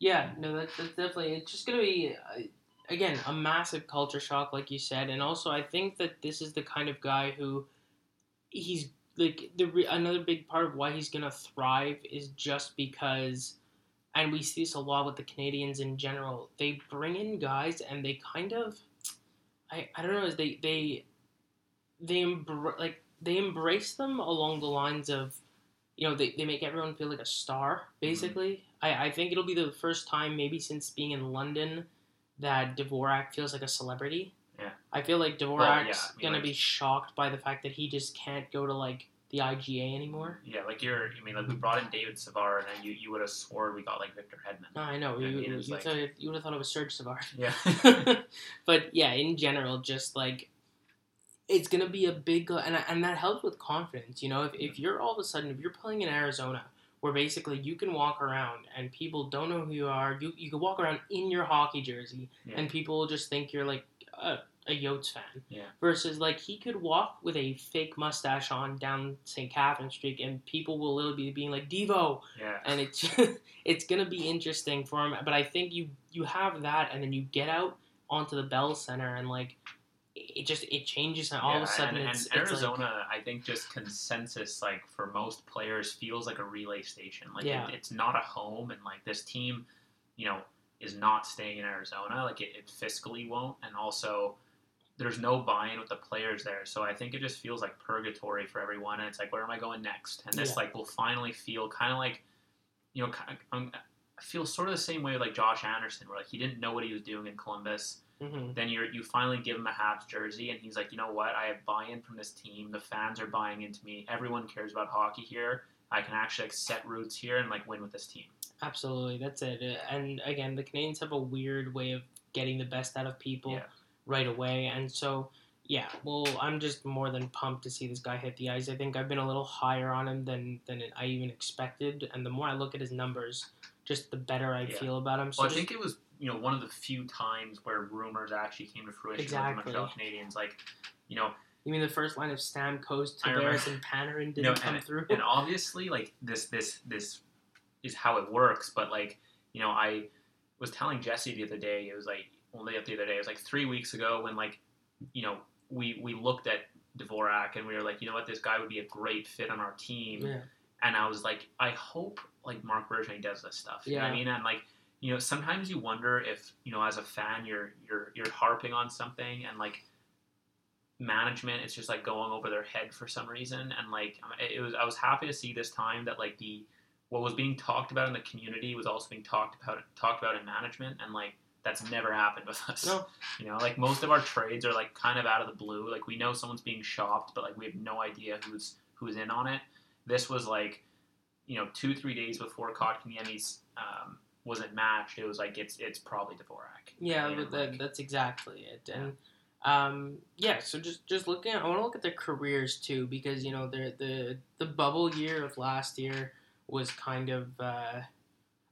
[SPEAKER 1] Yeah, no, that, that's definitely. It's just going to be, uh, again, a massive culture shock, like you said. And also, I think that this is the kind of guy who he's like the re- another big part of why he's going to thrive is just because, and we see this a lot with the Canadians in general. They bring in guys and they kind of, I I don't know, is they they they embr- like they embrace them along the lines of you know, they, they make everyone feel like a star, basically. I, I think it'll be the first time, maybe since being in London, that Dvorak feels like a celebrity.
[SPEAKER 2] Yeah.
[SPEAKER 1] I feel like Dvorak's
[SPEAKER 2] yeah, I mean,
[SPEAKER 1] going
[SPEAKER 2] like-
[SPEAKER 1] to be shocked by the fact that he just can't go to, like, the IGA anymore.
[SPEAKER 2] Yeah, like you're, I mean, like we brought in David Savard, and you, you would have swore we got like Victor Hedman.
[SPEAKER 1] No, I know.
[SPEAKER 2] Yeah,
[SPEAKER 1] You,
[SPEAKER 2] he
[SPEAKER 1] you,
[SPEAKER 2] was like-
[SPEAKER 1] thought, you would have thought it was Serge Savard.
[SPEAKER 2] Yeah.
[SPEAKER 1] but yeah, in general, just like it's gonna be a big and and that helps with confidence. You know, if if you're all of a sudden if you're playing in Arizona, where basically you can walk around and people don't know who you are, you you can walk around in your hockey jersey
[SPEAKER 2] Yeah.
[SPEAKER 1] and people will just think you're like a, a Yotes fan.
[SPEAKER 2] Yeah.
[SPEAKER 1] Versus like he could walk with a fake mustache on down St. Catherine Street and people will literally be being like Devo
[SPEAKER 2] yeah.
[SPEAKER 1] and it's it's gonna be interesting for him. But I think you you have that, and then you get out onto the Bell Center, and like it just it changes, and all of
[SPEAKER 2] Yeah,
[SPEAKER 1] a sudden
[SPEAKER 2] and,
[SPEAKER 1] it's,
[SPEAKER 2] and
[SPEAKER 1] it's like-
[SPEAKER 2] Arizona, I think just consensus like for most players feels like a relay station. Like
[SPEAKER 1] Yeah.
[SPEAKER 2] it, it's not a home, and like this team, you know, is not staying in Arizona. Like it, it fiscally won't, and also there's no buy-in with the players there. So I think it just feels like purgatory for everyone, and it's like where am I going next? And this
[SPEAKER 1] Yeah.
[SPEAKER 2] like will finally feel kind of like, you know, kind of, um, I feel sort of the same way like Josh Anderson, where like he didn't know what he was doing in Columbus
[SPEAKER 1] Mhm.
[SPEAKER 2] then you you finally give him a Habs jersey, and he's like, you know what? I have buy-in from this team. The fans are buying into me. Everyone cares about hockey here. I can actually like set roots here and like win with this team.
[SPEAKER 1] absolutely that's it. uh, And again, the Canadians have a weird way of getting the best out of people
[SPEAKER 2] Yeah.
[SPEAKER 1] right away, and so. Yeah, well, I'm just more than pumped to see this guy hit the ice. I think I've been a little higher on him than, than I even expected, and the more I look at his numbers, just the better I
[SPEAKER 2] Yeah.
[SPEAKER 1] feel about him. So
[SPEAKER 2] Well, I
[SPEAKER 1] just-
[SPEAKER 2] think it was you know one of the few times where rumors actually came to fruition with the
[SPEAKER 1] Exactly.
[SPEAKER 2] Montreal Canadiens. Like, you know,
[SPEAKER 1] You mean the first line of Stamkos,
[SPEAKER 2] I remember.
[SPEAKER 1] Tavares, and Panarin didn't
[SPEAKER 2] No,
[SPEAKER 1] come through?
[SPEAKER 2] and obviously like this this this is how it works but like you know i was telling jesse the other day it was like only up the other day it was like three weeks ago when like you know we we looked at dvorak and we were like you know what this guy would be a great fit on our team
[SPEAKER 1] yeah,
[SPEAKER 2] and I was like, I hope like Mark Bergevin does this stuff. You know what I
[SPEAKER 1] Yeah.
[SPEAKER 2] mean? And like, you know, sometimes you wonder if, you know, as a fan you're you're you're harping on something and like management it's just like going over their head for some reason and like um, it- it was I was happy to see this time that like the what was being talked about in the community was also being talked about talked about in management and like that's never happened with us.
[SPEAKER 1] No.
[SPEAKER 2] You know, like most of our trades are like kind of out of the blue. Like we know someone's being shopped, but like we have no idea who's who's in on it. This was like, you know, two three days before Kotkaniemi's um, wasn't matched. It was like it's it's probably Dvorak.
[SPEAKER 1] yeah
[SPEAKER 2] And,
[SPEAKER 1] but that,
[SPEAKER 2] like,
[SPEAKER 1] that's exactly it. And Um, yeah, so just just looking, at, I want to look at their careers too because you know the the the bubble year of last year was kind of. Uh,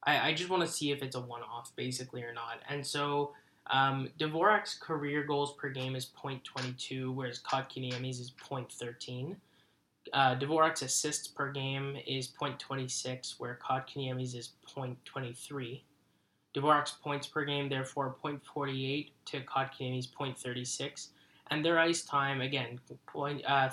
[SPEAKER 1] I I just want to see if it's a one off basically or not, and so. Um, Dvorak's career goals per game is 0.22, whereas Kotkiniemi's is 0.13. Uh, Dvorak's assists per game is 0.26, where Kotkiniemi's is 0.23. Dvorak's points per game, therefore, 0.48 to Kotkiniemi's 0.36. And their ice time, again, point, uh,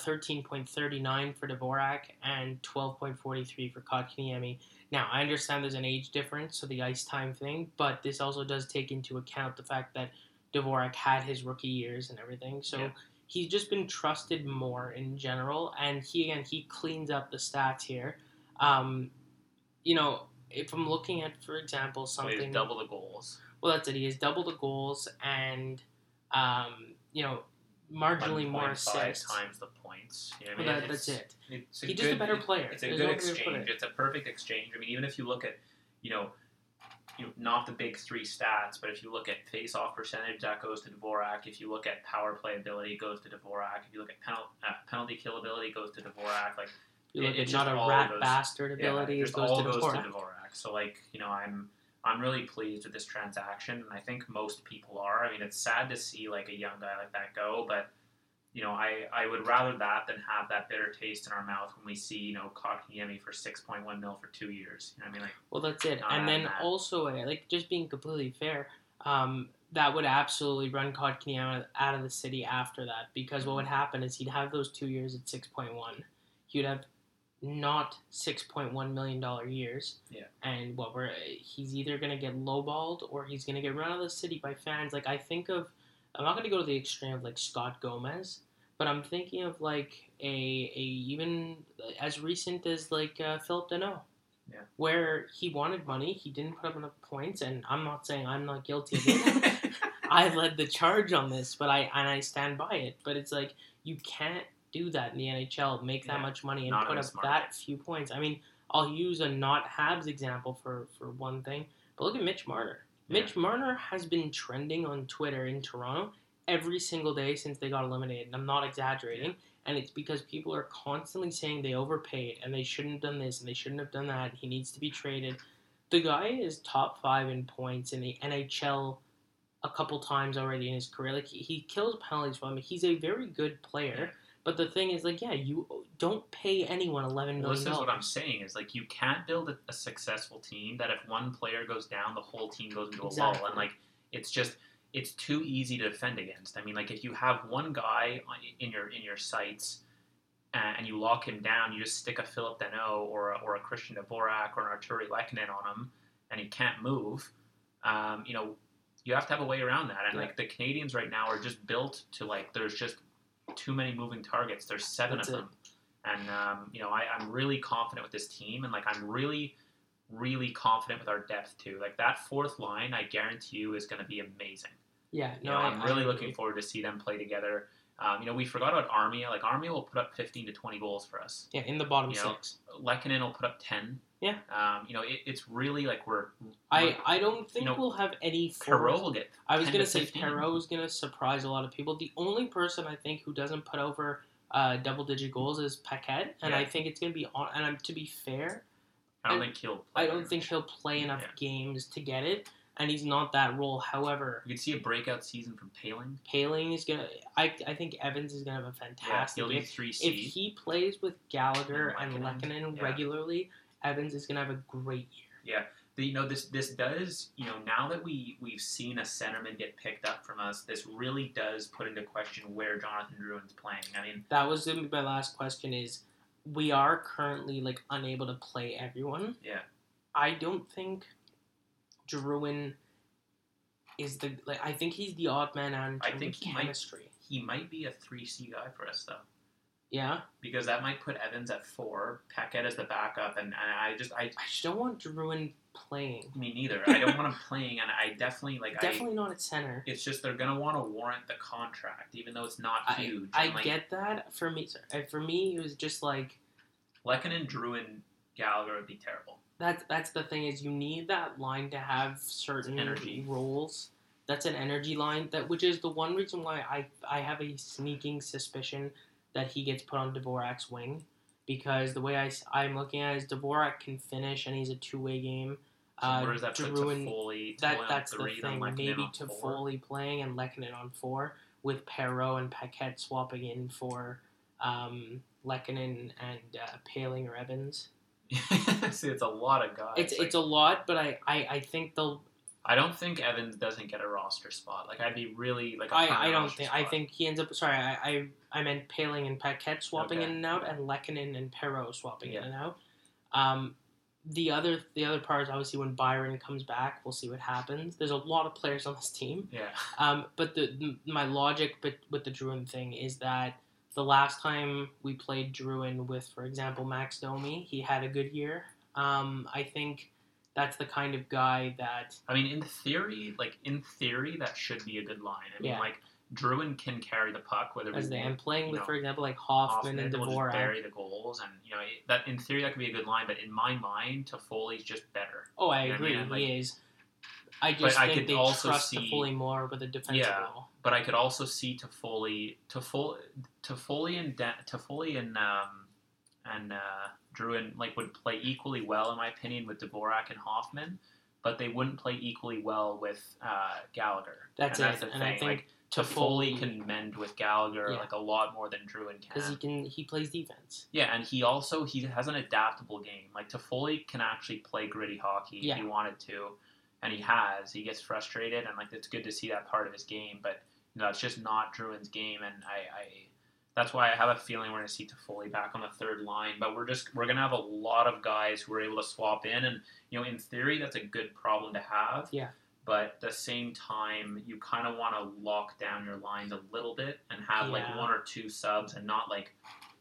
[SPEAKER 1] 13.39 for Dvorak and 12.43 for Kotkiniemi. Now, I understand there's an age difference, so the ice time thing, but this also does take into account the fact that Dvorak had his rookie years and everything. So
[SPEAKER 2] Yeah.
[SPEAKER 1] he's just been trusted more in general, and he again he cleans up the stats here. Um, you know, if I'm looking at, for example,
[SPEAKER 2] So he's
[SPEAKER 1] something
[SPEAKER 2] double the goals.
[SPEAKER 1] well, that's it. He has double the goals and um, you know marginally more
[SPEAKER 2] 1.5
[SPEAKER 1] assists.
[SPEAKER 2] times the points. You know what I
[SPEAKER 1] Well,
[SPEAKER 2] mean?
[SPEAKER 1] that, that's
[SPEAKER 2] It's-
[SPEAKER 1] it.
[SPEAKER 2] It's
[SPEAKER 1] He's just a
[SPEAKER 2] good-
[SPEAKER 1] better
[SPEAKER 2] it-
[SPEAKER 1] player.
[SPEAKER 2] It's a
[SPEAKER 1] There's
[SPEAKER 2] good
[SPEAKER 1] no other way to put it.
[SPEAKER 2] exchange. It's a perfect exchange. I mean, even if you look at, you know, you know, not the big three stats, but if you look at face-off percentage, that goes to Dvorak. If you look at power play ability, it goes to Dvorak. If you look at penal, uh, penalty kill ability, it goes to Dvorak. Like
[SPEAKER 1] You
[SPEAKER 2] It-
[SPEAKER 1] look
[SPEAKER 2] it's
[SPEAKER 1] at not
[SPEAKER 2] just
[SPEAKER 1] a
[SPEAKER 2] all
[SPEAKER 1] rat
[SPEAKER 2] those-
[SPEAKER 1] bastard ability.
[SPEAKER 2] yeah,
[SPEAKER 1] it
[SPEAKER 2] just
[SPEAKER 1] goes
[SPEAKER 2] all
[SPEAKER 1] to the
[SPEAKER 2] goes
[SPEAKER 1] core.
[SPEAKER 2] to Dvorak. So like, you know, I'm I'm really pleased with this transaction, and I think most people are. I mean, it's sad to see like a young guy like that go, but you know, I, I would rather that than have that bitter taste in our mouth when we see you know Kotkaniemi for six point one mil for two years. You know what I mean? Like,
[SPEAKER 1] Well, that's it.
[SPEAKER 2] Not
[SPEAKER 1] and then
[SPEAKER 2] bad.
[SPEAKER 1] also, uh, like, just being completely fair, um, that would absolutely run Kotkaniemi out- out of the city after that because
[SPEAKER 2] Mm-hmm.
[SPEAKER 1] what would happen is he'd have those two years at 6.1. He'd have not $6.1 million years.
[SPEAKER 2] Yeah.
[SPEAKER 1] And what we're, eh, he's either going to get lowballed or he's going to get run out of the city by fans. Like, I think of, I'm not going to go to the extreme of, like, Scott Gomez. But I'm thinking of like a, a even as recent as like uh, Philip Deneau where he wanted money, he didn't put up enough points, and I'm not saying I'm not guilty of it. I led the charge on this, but I and I stand by it. But it's like you can't do that in the NHL, make that
[SPEAKER 2] Yeah,
[SPEAKER 1] much money and
[SPEAKER 2] not in
[SPEAKER 1] put up
[SPEAKER 2] this market.
[SPEAKER 1] that few points. I mean, I'll use a not Habs example for for one thing, but look at Mitch Marner.
[SPEAKER 2] Yeah.
[SPEAKER 1] Mitch Marner has been trending on Twitter in Toronto every single day since they got eliminated, and I'm not exaggerating. And it's because people are constantly saying they overpaid and they shouldn't have done this and they shouldn't have done that. And he needs to be traded. The guy is top five in points in the NHL a couple times already in his career. Like he, he kills penalties for him. He's a very good player. But the thing is, like, yeah, you don't pay anyone eleven million
[SPEAKER 2] Well, this is what I'm
[SPEAKER 1] dollars.
[SPEAKER 2] saying is like you can't build a, a successful team that if one player goes down, the whole team goes into a
[SPEAKER 1] Exactly.
[SPEAKER 2] lull, and like it's just it's too easy to defend against. I mean, like if you have one guy on- in your in your sights and, and you lock him down, you just stick a Philip Deneau or a, or a Christian Dvorak or an Arturi Lekanen on him, and he can't move. Um, you know, you have to have a way around that, and
[SPEAKER 1] Yeah.
[SPEAKER 2] like the Canadians right now are just built to like there's just too many moving targets. There's seven
[SPEAKER 1] That's
[SPEAKER 2] of
[SPEAKER 1] it.
[SPEAKER 2] them. And um, you know, I, I'm really confident with this team, and like I'm really, really confident with our depth too. Like that fourth line, I guarantee you, is going to be amazing.
[SPEAKER 1] Yeah,
[SPEAKER 2] You
[SPEAKER 1] no,
[SPEAKER 2] know,
[SPEAKER 1] I,
[SPEAKER 2] I'm really
[SPEAKER 1] I-
[SPEAKER 2] looking forward to see them play together. Um, you know, we forgot about Armia. Like Armia will put up 15 to 20 goals for us.
[SPEAKER 1] Yeah, in the bottom
[SPEAKER 2] You know,
[SPEAKER 1] six.
[SPEAKER 2] Lekanen will put up 10.
[SPEAKER 1] Yeah.
[SPEAKER 2] Um, you know, it, it's really like we're.
[SPEAKER 1] I, I don't think
[SPEAKER 2] know,
[SPEAKER 1] we'll have any. forwards
[SPEAKER 2] Perot will get.
[SPEAKER 1] I was
[SPEAKER 2] 10
[SPEAKER 1] gonna
[SPEAKER 2] to
[SPEAKER 1] say
[SPEAKER 2] 15.
[SPEAKER 1] Perot is gonna surprise a lot of people. The only person I think who doesn't put over uh, double digit goals is Paquette, and
[SPEAKER 2] Yeah.
[SPEAKER 1] I think it's gonna be on. And I'm, to be fair,
[SPEAKER 2] I don't
[SPEAKER 1] I-
[SPEAKER 2] think he'll. Play
[SPEAKER 1] I don't think he'll play enough
[SPEAKER 2] Yeah.
[SPEAKER 1] games to get it, and he's not that role. However,
[SPEAKER 2] You could see a breakout season from Paling.
[SPEAKER 1] Paling is gonna. I I think Evans is gonna have a
[SPEAKER 2] Yeah,
[SPEAKER 1] fantastic.
[SPEAKER 2] he'll
[SPEAKER 1] year.
[SPEAKER 2] be three C.
[SPEAKER 1] if he plays with Gallagher and
[SPEAKER 2] And Lehkonen,
[SPEAKER 1] Lekanen
[SPEAKER 2] yeah.
[SPEAKER 1] regularly, Evans is gonna have a great year.
[SPEAKER 2] the- you know this this does you know now that we we've seen a centerman get picked up from us this really does put into question where jonathan druin's playing i mean
[SPEAKER 1] That was gonna be my last question. Is we are currently like unable to play everyone.
[SPEAKER 2] yeah
[SPEAKER 1] I don't think Druin is the like. I think he's the odd man out in
[SPEAKER 2] I
[SPEAKER 1] terms
[SPEAKER 2] think
[SPEAKER 1] of
[SPEAKER 2] he might-
[SPEAKER 1] chemistry.
[SPEAKER 2] he might be a 3c guy for us though
[SPEAKER 1] Yeah,
[SPEAKER 2] because that might put evans at four paquette as the backup and, and i just i
[SPEAKER 1] I just don't want Druin playing.
[SPEAKER 2] me neither i don't want him playing and i definitely like i
[SPEAKER 1] Definitely not at center.
[SPEAKER 2] it's just they're gonna want to warrant the contract even though it's not huge
[SPEAKER 1] I
[SPEAKER 2] and, like,
[SPEAKER 1] get that. For me, sorry, for me, it was just like
[SPEAKER 2] Lekanen and druin gallagher would be terrible
[SPEAKER 1] that's that's the thing is you need that line to have certain
[SPEAKER 2] Energy.
[SPEAKER 1] roles That's an energy line that which is the one reason why I I have a sneaking suspicion that he gets put on Dvorak's wing because the way I am looking at it is Dvorak can finish and he's a two way game.
[SPEAKER 2] So
[SPEAKER 1] Uh,
[SPEAKER 2] where does that put
[SPEAKER 1] Drew and-
[SPEAKER 2] Toffoli? Toffoli
[SPEAKER 1] that
[SPEAKER 2] on
[SPEAKER 1] that's the
[SPEAKER 2] three, then
[SPEAKER 1] thing.
[SPEAKER 2] Lehkonen
[SPEAKER 1] Maybe
[SPEAKER 2] on
[SPEAKER 1] to
[SPEAKER 2] four?
[SPEAKER 1] Foley playing and Lekanen on four with Perro and Paquette swapping in for um, Lekanen and uh, Paling or Evans.
[SPEAKER 2] See, Uh, it's a lot of guys.
[SPEAKER 1] It's
[SPEAKER 2] like,
[SPEAKER 1] it's a lot, but I, I, I think they'll.
[SPEAKER 2] I don't think Evans doesn't get a roster spot. Like I'd be really like. a permanent
[SPEAKER 1] I, I don't
[SPEAKER 2] roster
[SPEAKER 1] think I
[SPEAKER 2] spot.
[SPEAKER 1] think he ends up. Sorry, I I, I meant Paling and Paquette swapping
[SPEAKER 2] Okay.
[SPEAKER 1] in and out, and Lekanen and Perro swapping
[SPEAKER 2] Yeah.
[SPEAKER 1] in and out. Um, the other the other part is obviously when Byron comes back, we'll see what happens. There's a lot of players on this team.
[SPEAKER 2] Yeah.
[SPEAKER 1] Um, but the m- my logic, but with the Druin thing is that the last time we played Druin with, for example, Max Domi, he had a good year. Um, I think that's the kind of guy that
[SPEAKER 2] I mean, in theory, like in theory, that should be a good line. I mean,
[SPEAKER 1] Yeah.
[SPEAKER 2] like Druin can carry the puck, whether
[SPEAKER 1] as they
[SPEAKER 2] we
[SPEAKER 1] am playing with,
[SPEAKER 2] know,
[SPEAKER 1] for example, like
[SPEAKER 2] off
[SPEAKER 1] Hoffman
[SPEAKER 2] and
[SPEAKER 1] and
[SPEAKER 2] will just
[SPEAKER 1] Dvorak.
[SPEAKER 2] bury the goals, and you know it- that in theory that could be a good line. But in my mind, Toffoli's just better.
[SPEAKER 1] Oh, I
[SPEAKER 2] You know what I
[SPEAKER 1] agree,
[SPEAKER 2] mean?
[SPEAKER 1] he is. I just
[SPEAKER 2] I
[SPEAKER 1] think
[SPEAKER 2] could
[SPEAKER 1] they
[SPEAKER 2] also
[SPEAKER 1] trust
[SPEAKER 2] see-
[SPEAKER 1] Toffoli more with a defensive
[SPEAKER 2] Yeah.
[SPEAKER 1] role.
[SPEAKER 2] But I could also see Toffoli, Toffoli, Toffoli and Da- Toffoli and um, and uh, Druin like would play equally well, in my opinion, with Dvorak and Hoffman. But they wouldn't play equally well with uh, Gallagher.
[SPEAKER 1] That's
[SPEAKER 2] and
[SPEAKER 1] it,
[SPEAKER 2] That's the
[SPEAKER 1] and
[SPEAKER 2] thing.
[SPEAKER 1] I think
[SPEAKER 2] like, Toffoli
[SPEAKER 1] Toffoli-
[SPEAKER 2] can mend with Gallagher
[SPEAKER 1] Yeah.
[SPEAKER 2] like a lot more than Druin
[SPEAKER 1] because
[SPEAKER 2] can.
[SPEAKER 1] he can he plays defense.
[SPEAKER 2] Yeah, and he also he has an adaptable game. Like Toffoli can actually play gritty hockey if
[SPEAKER 1] Yeah.
[SPEAKER 2] he wanted to, and he has. He gets frustrated, and like it's good to see that part of his game. But you know, it's just not Druin's game, and I, I that's why I have a feeling we're gonna see Toffoli back on the third line. But we're just we're gonna have a lot of guys who are able to swap in, and you know, in theory, that's a good problem to have.
[SPEAKER 1] Yeah.
[SPEAKER 2] But at the same time, you kind of want to lock down your lines a little bit and have like
[SPEAKER 1] Yeah.
[SPEAKER 2] one or two subs, and not like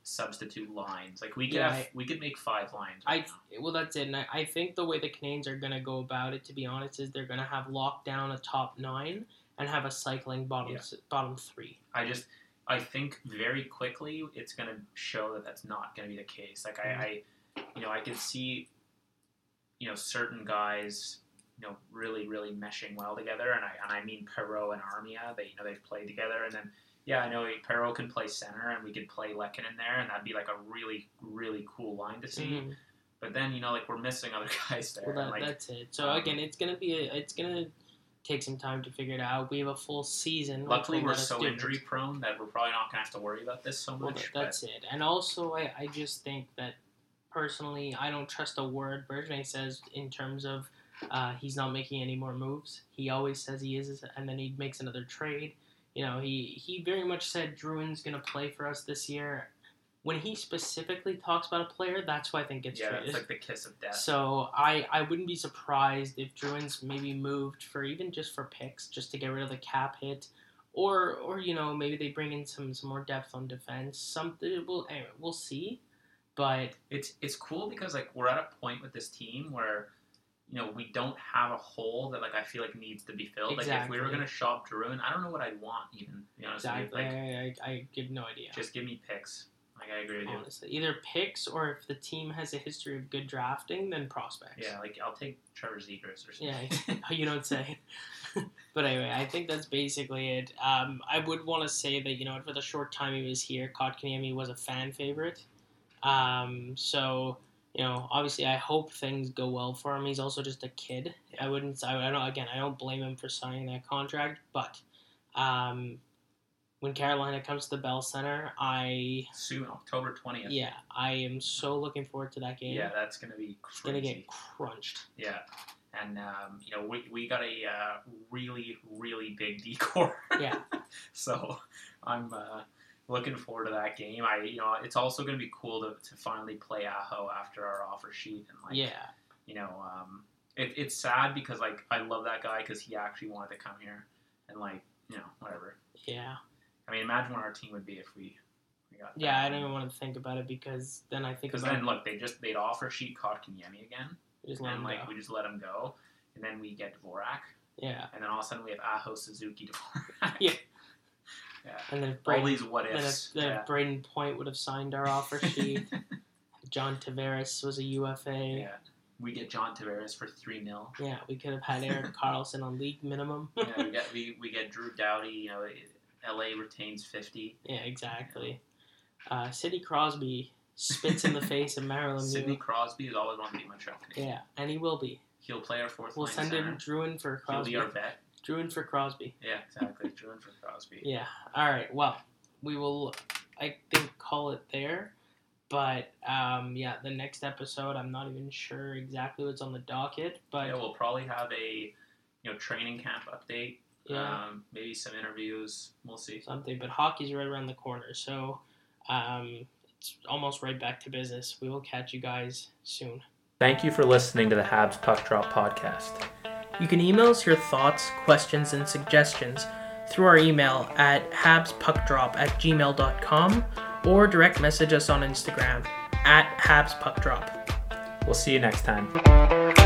[SPEAKER 2] substitute lines. Like we could
[SPEAKER 1] Yeah,
[SPEAKER 2] have,
[SPEAKER 1] I-
[SPEAKER 2] we could make five lines.
[SPEAKER 1] I
[SPEAKER 2] right now.
[SPEAKER 1] Eh, well, that's it. And I, I think the way the Canadians are going to go about it, to be honest, is they're going to have locked down a top nine and have a cycling bottom
[SPEAKER 2] Yeah.
[SPEAKER 1] s bottom three.
[SPEAKER 2] I just I think very quickly it's going to show that that's not going to be the case. Like
[SPEAKER 1] Mm-hmm.
[SPEAKER 2] I, I, you know, I could see, you know, certain guys, you know, really really meshing well together, and I and I mean Perot and Armia. They you know they've played together, and then yeah, I know Perot can play center, and we could play Lekin in there, and that'd be like a really really cool line to see.
[SPEAKER 1] Mhm.
[SPEAKER 2] But then you know like we're missing other guys there.
[SPEAKER 1] Well, that,
[SPEAKER 2] and, like,
[SPEAKER 1] that's it. So
[SPEAKER 2] um,
[SPEAKER 1] again, it's going to be a, it's going to take some time to figure it out. We have a full season. which
[SPEAKER 2] Luckily,
[SPEAKER 1] will
[SPEAKER 2] we're
[SPEAKER 1] let us
[SPEAKER 2] so
[SPEAKER 1] do it.
[SPEAKER 2] injury prone that we're probably not going to have to worry about this so much.
[SPEAKER 1] Well, that,
[SPEAKER 2] but-
[SPEAKER 1] that's it. And also, I, I just think that personally, I don't trust a word Bergevin says in terms of uh, he's not making any more moves. He always says he is, and then he makes another trade. You know, he, he very much said Druin's going to play for us this year. When he specifically talks about a player, that's who I think gets
[SPEAKER 2] yeah,
[SPEAKER 1] traded.
[SPEAKER 2] it's like the kiss of death.
[SPEAKER 1] So I, I wouldn't be surprised if Druins maybe moved for even just for picks, just to get rid of the cap hit, or or you know maybe they bring in some, some more depth on defense. Something we'll anyway, we'll see, but
[SPEAKER 2] it's it's cool because like we're at a point with this team where you know we don't have a hole that like I feel like needs to be filled. Like if we were
[SPEAKER 1] Exactly.
[SPEAKER 2] gonna shop Druin, I don't know what I'd want even. To be honest with you.
[SPEAKER 1] exactly,
[SPEAKER 2] like
[SPEAKER 1] I, I, I give no idea.
[SPEAKER 2] just give me picks. Like I agree with you.
[SPEAKER 1] Honestly, either picks or if the team has a history of good drafting, then prospects.
[SPEAKER 2] Yeah, like I'll take Trevor Zegers or
[SPEAKER 1] Yeah,
[SPEAKER 2] something.
[SPEAKER 1] you don't say. but anyway, I think that's basically it. Um, I would want to say that you know for the short time he was here, Kotkaniemi was a fan favorite. Um, so you know, obviously, I hope things go well for him. He's also just a kid. I wouldn't. I, I don't. Again, I don't blame him for signing that contract. But um, when Carolina comes to the Bell Center, I
[SPEAKER 2] Soon, October twentieth.
[SPEAKER 1] yeah, I am so looking forward to that game.
[SPEAKER 2] Yeah, that's gonna be
[SPEAKER 1] It's
[SPEAKER 2] crazy.
[SPEAKER 1] gonna get crunched.
[SPEAKER 2] Yeah. And um, you know we, we got a uh, really really big decor.
[SPEAKER 1] Yeah.
[SPEAKER 2] so I'm uh, looking forward to that game. I you know it's also going to be cool to, to finally play Aho after our offer sheet and like
[SPEAKER 1] yeah.
[SPEAKER 2] you know um, it, it's sad because like I love that guy because he actually wanted to come here and like you know whatever.
[SPEAKER 1] Yeah.
[SPEAKER 2] I mean imagine what our team would be if we, we got
[SPEAKER 1] Yeah, I
[SPEAKER 2] that.
[SPEAKER 1] don't even want to think about it because then I think
[SPEAKER 2] because
[SPEAKER 1] about
[SPEAKER 2] then look they just they'd offer sheet Kotkaniemi again
[SPEAKER 1] just let
[SPEAKER 2] and
[SPEAKER 1] him
[SPEAKER 2] like
[SPEAKER 1] go.
[SPEAKER 2] we just let him go and then we get Dvorak.
[SPEAKER 1] yeah,
[SPEAKER 2] and then all of a sudden we have Aho Suzuki Dvorak.
[SPEAKER 1] Yeah.
[SPEAKER 2] yeah.
[SPEAKER 1] and then if
[SPEAKER 2] All
[SPEAKER 1] Braden,
[SPEAKER 2] these what
[SPEAKER 1] then if,
[SPEAKER 2] ifs.
[SPEAKER 1] then
[SPEAKER 2] yeah.
[SPEAKER 1] if Braden Point would have signed our offer sheet. John Tavares was a UFA.
[SPEAKER 2] yeah. we get John Tavares for three 0
[SPEAKER 1] Yeah, we could have had Eric Carlson on league minimum.
[SPEAKER 2] yeah, we get we, we get Drew Doughty. You know, L.A. retains fifty.
[SPEAKER 1] Yeah, exactly. Uh, Sidney Crosby spits in the face of Marilyn
[SPEAKER 2] Sidney
[SPEAKER 1] Sidney.
[SPEAKER 2] Crosby is always on the my truck.
[SPEAKER 1] Um, Yeah, and he will be.
[SPEAKER 2] He'll play our 4th
[SPEAKER 1] We'll
[SPEAKER 2] line
[SPEAKER 1] send
[SPEAKER 2] center.
[SPEAKER 1] him Drew in for
[SPEAKER 2] He'll be
[SPEAKER 1] Crosby.
[SPEAKER 2] our vet.
[SPEAKER 1] Drew in for Crosby.
[SPEAKER 2] Yeah, exactly. Drew in for Crosby.
[SPEAKER 1] Yeah. All right. Well, we will, I think, call it there. But um, yeah, the next episode, I'm not even sure exactly what's on the docket. But
[SPEAKER 2] Yeah, we'll probably have a you know training camp update.
[SPEAKER 1] yeah,
[SPEAKER 2] Um, maybe some interviews. We'll see.
[SPEAKER 1] something. But hockey's right around the corner, so um, it's almost right back to business. We will catch you guys soon.
[SPEAKER 3] Thank you for listening to the Habs Puck Drop Podcast.
[SPEAKER 1] You can email us your thoughts, questions, and suggestions through our email at habspuckdrop at gmail.com or direct message us on Instagram at habspuckdrop.
[SPEAKER 3] We'll see you next time.